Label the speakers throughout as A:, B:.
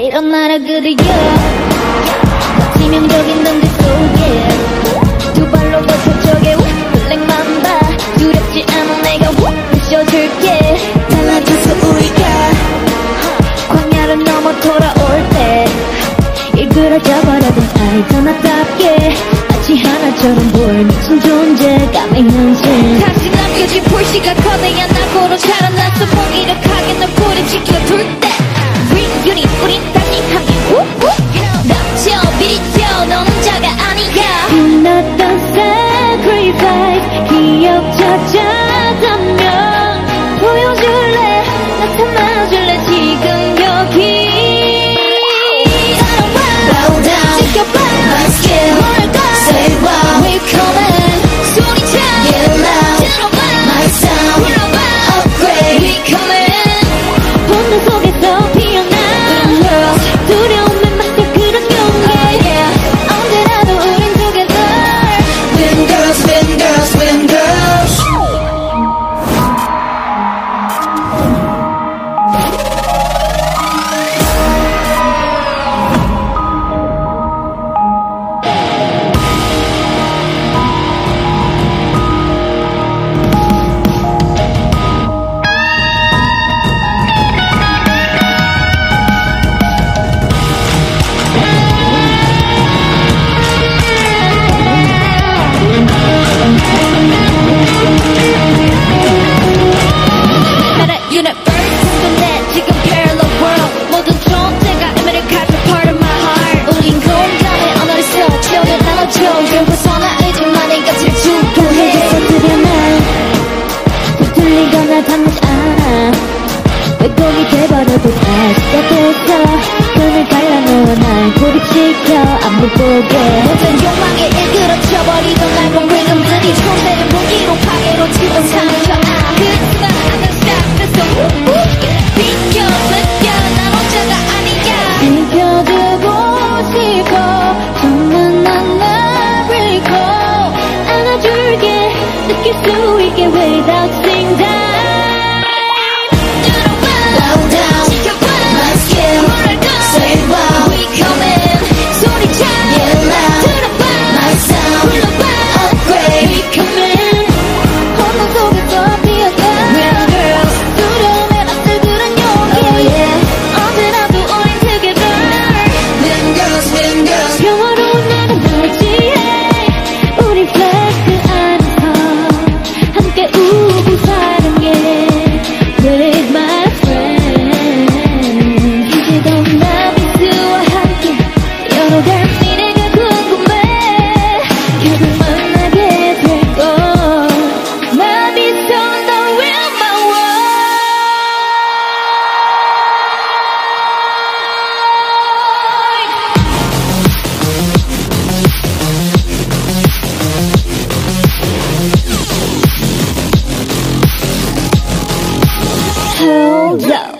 A: 예. 그들이여 치명적인 놈들 속에 두 발로 버텨 저게 블랙맘바 두렵지 않아 내가 부셔줄게 달라져서 우리가 광야를 넘어 돌아올 때 일그러져버려도 아이도 나답게 마치 하나처럼 보일 미친 존재 까맹 현실
B: 당신 남겨진 불씨가 거대한 낙으로 자라났어 무기력하게 널 뿌리지켜둘 때 우린 유리 우린 다시 함께 우우 넘쳐 비리쳐 너는 자가 아니야
A: 빛났던 sacrifice 기억자자자면 보여줄래 나타나줄래 지금 여기
B: Bow down 지켜봐 My skin 뭘까 Say wow We coming 소리쳐 Get loud 들어봐 My sound 불러봐 Upgrade We coming
A: 본능 속에서
B: Little
A: 피어나
B: girls
A: 두려움에 맞서 그런 경계 언제라도 우린 together
B: Win girls Win girls Win girls 나라 universe 근데 지금 parallel world 모든 존재가 이미를 가져 part of my heart 우린 공감의 언어를 써 기억을 나눠줘 결국선 아이들만의 가치를
A: 경계에서
B: 추구해
A: 들여나 붙들리거나 당하지 않아 왜곡이 돼버려도 다시 시작해서 끈을 갈라놓은 날 고립시켜 안 보게
B: 모든 욕망에 일그러져버리던 낡은 리듬들이 존재를 무기로 파괴로 치부삼켜 아 그치만 항상 시작됐어 비켜 느껴 난 혼자가 아니야
A: 지켜주고 싶어 정말 난날 믿고 안아줄게 느낄 수 있게 without saying die
B: 들어봐 Bow down 지켜봐 My skin 뭐랄까 Say wow We coming 소리쳐 Get loud 들어봐 My sound 불러봐 Upgrade We coming
A: 혼돈 속에서
B: We're
A: 피어나
B: girls
A: 두려움에 맞설 그런
B: Oh
A: 용기
B: yeah
A: 언제라도 우린 together
B: We're girls We're girls
A: 영어로운 나는 널 지해 우리 flag 그 안에서 함께 우고 사랑해 With my friends 이제도 나 미스와 함께 열어갈 미래가 궁금해 결국 만나게 될거나 미소 너 will my world Hold up.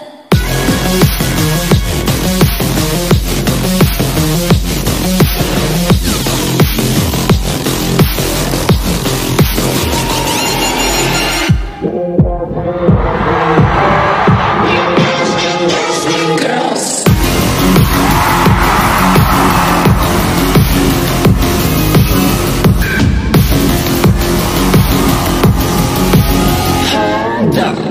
C: Hold up.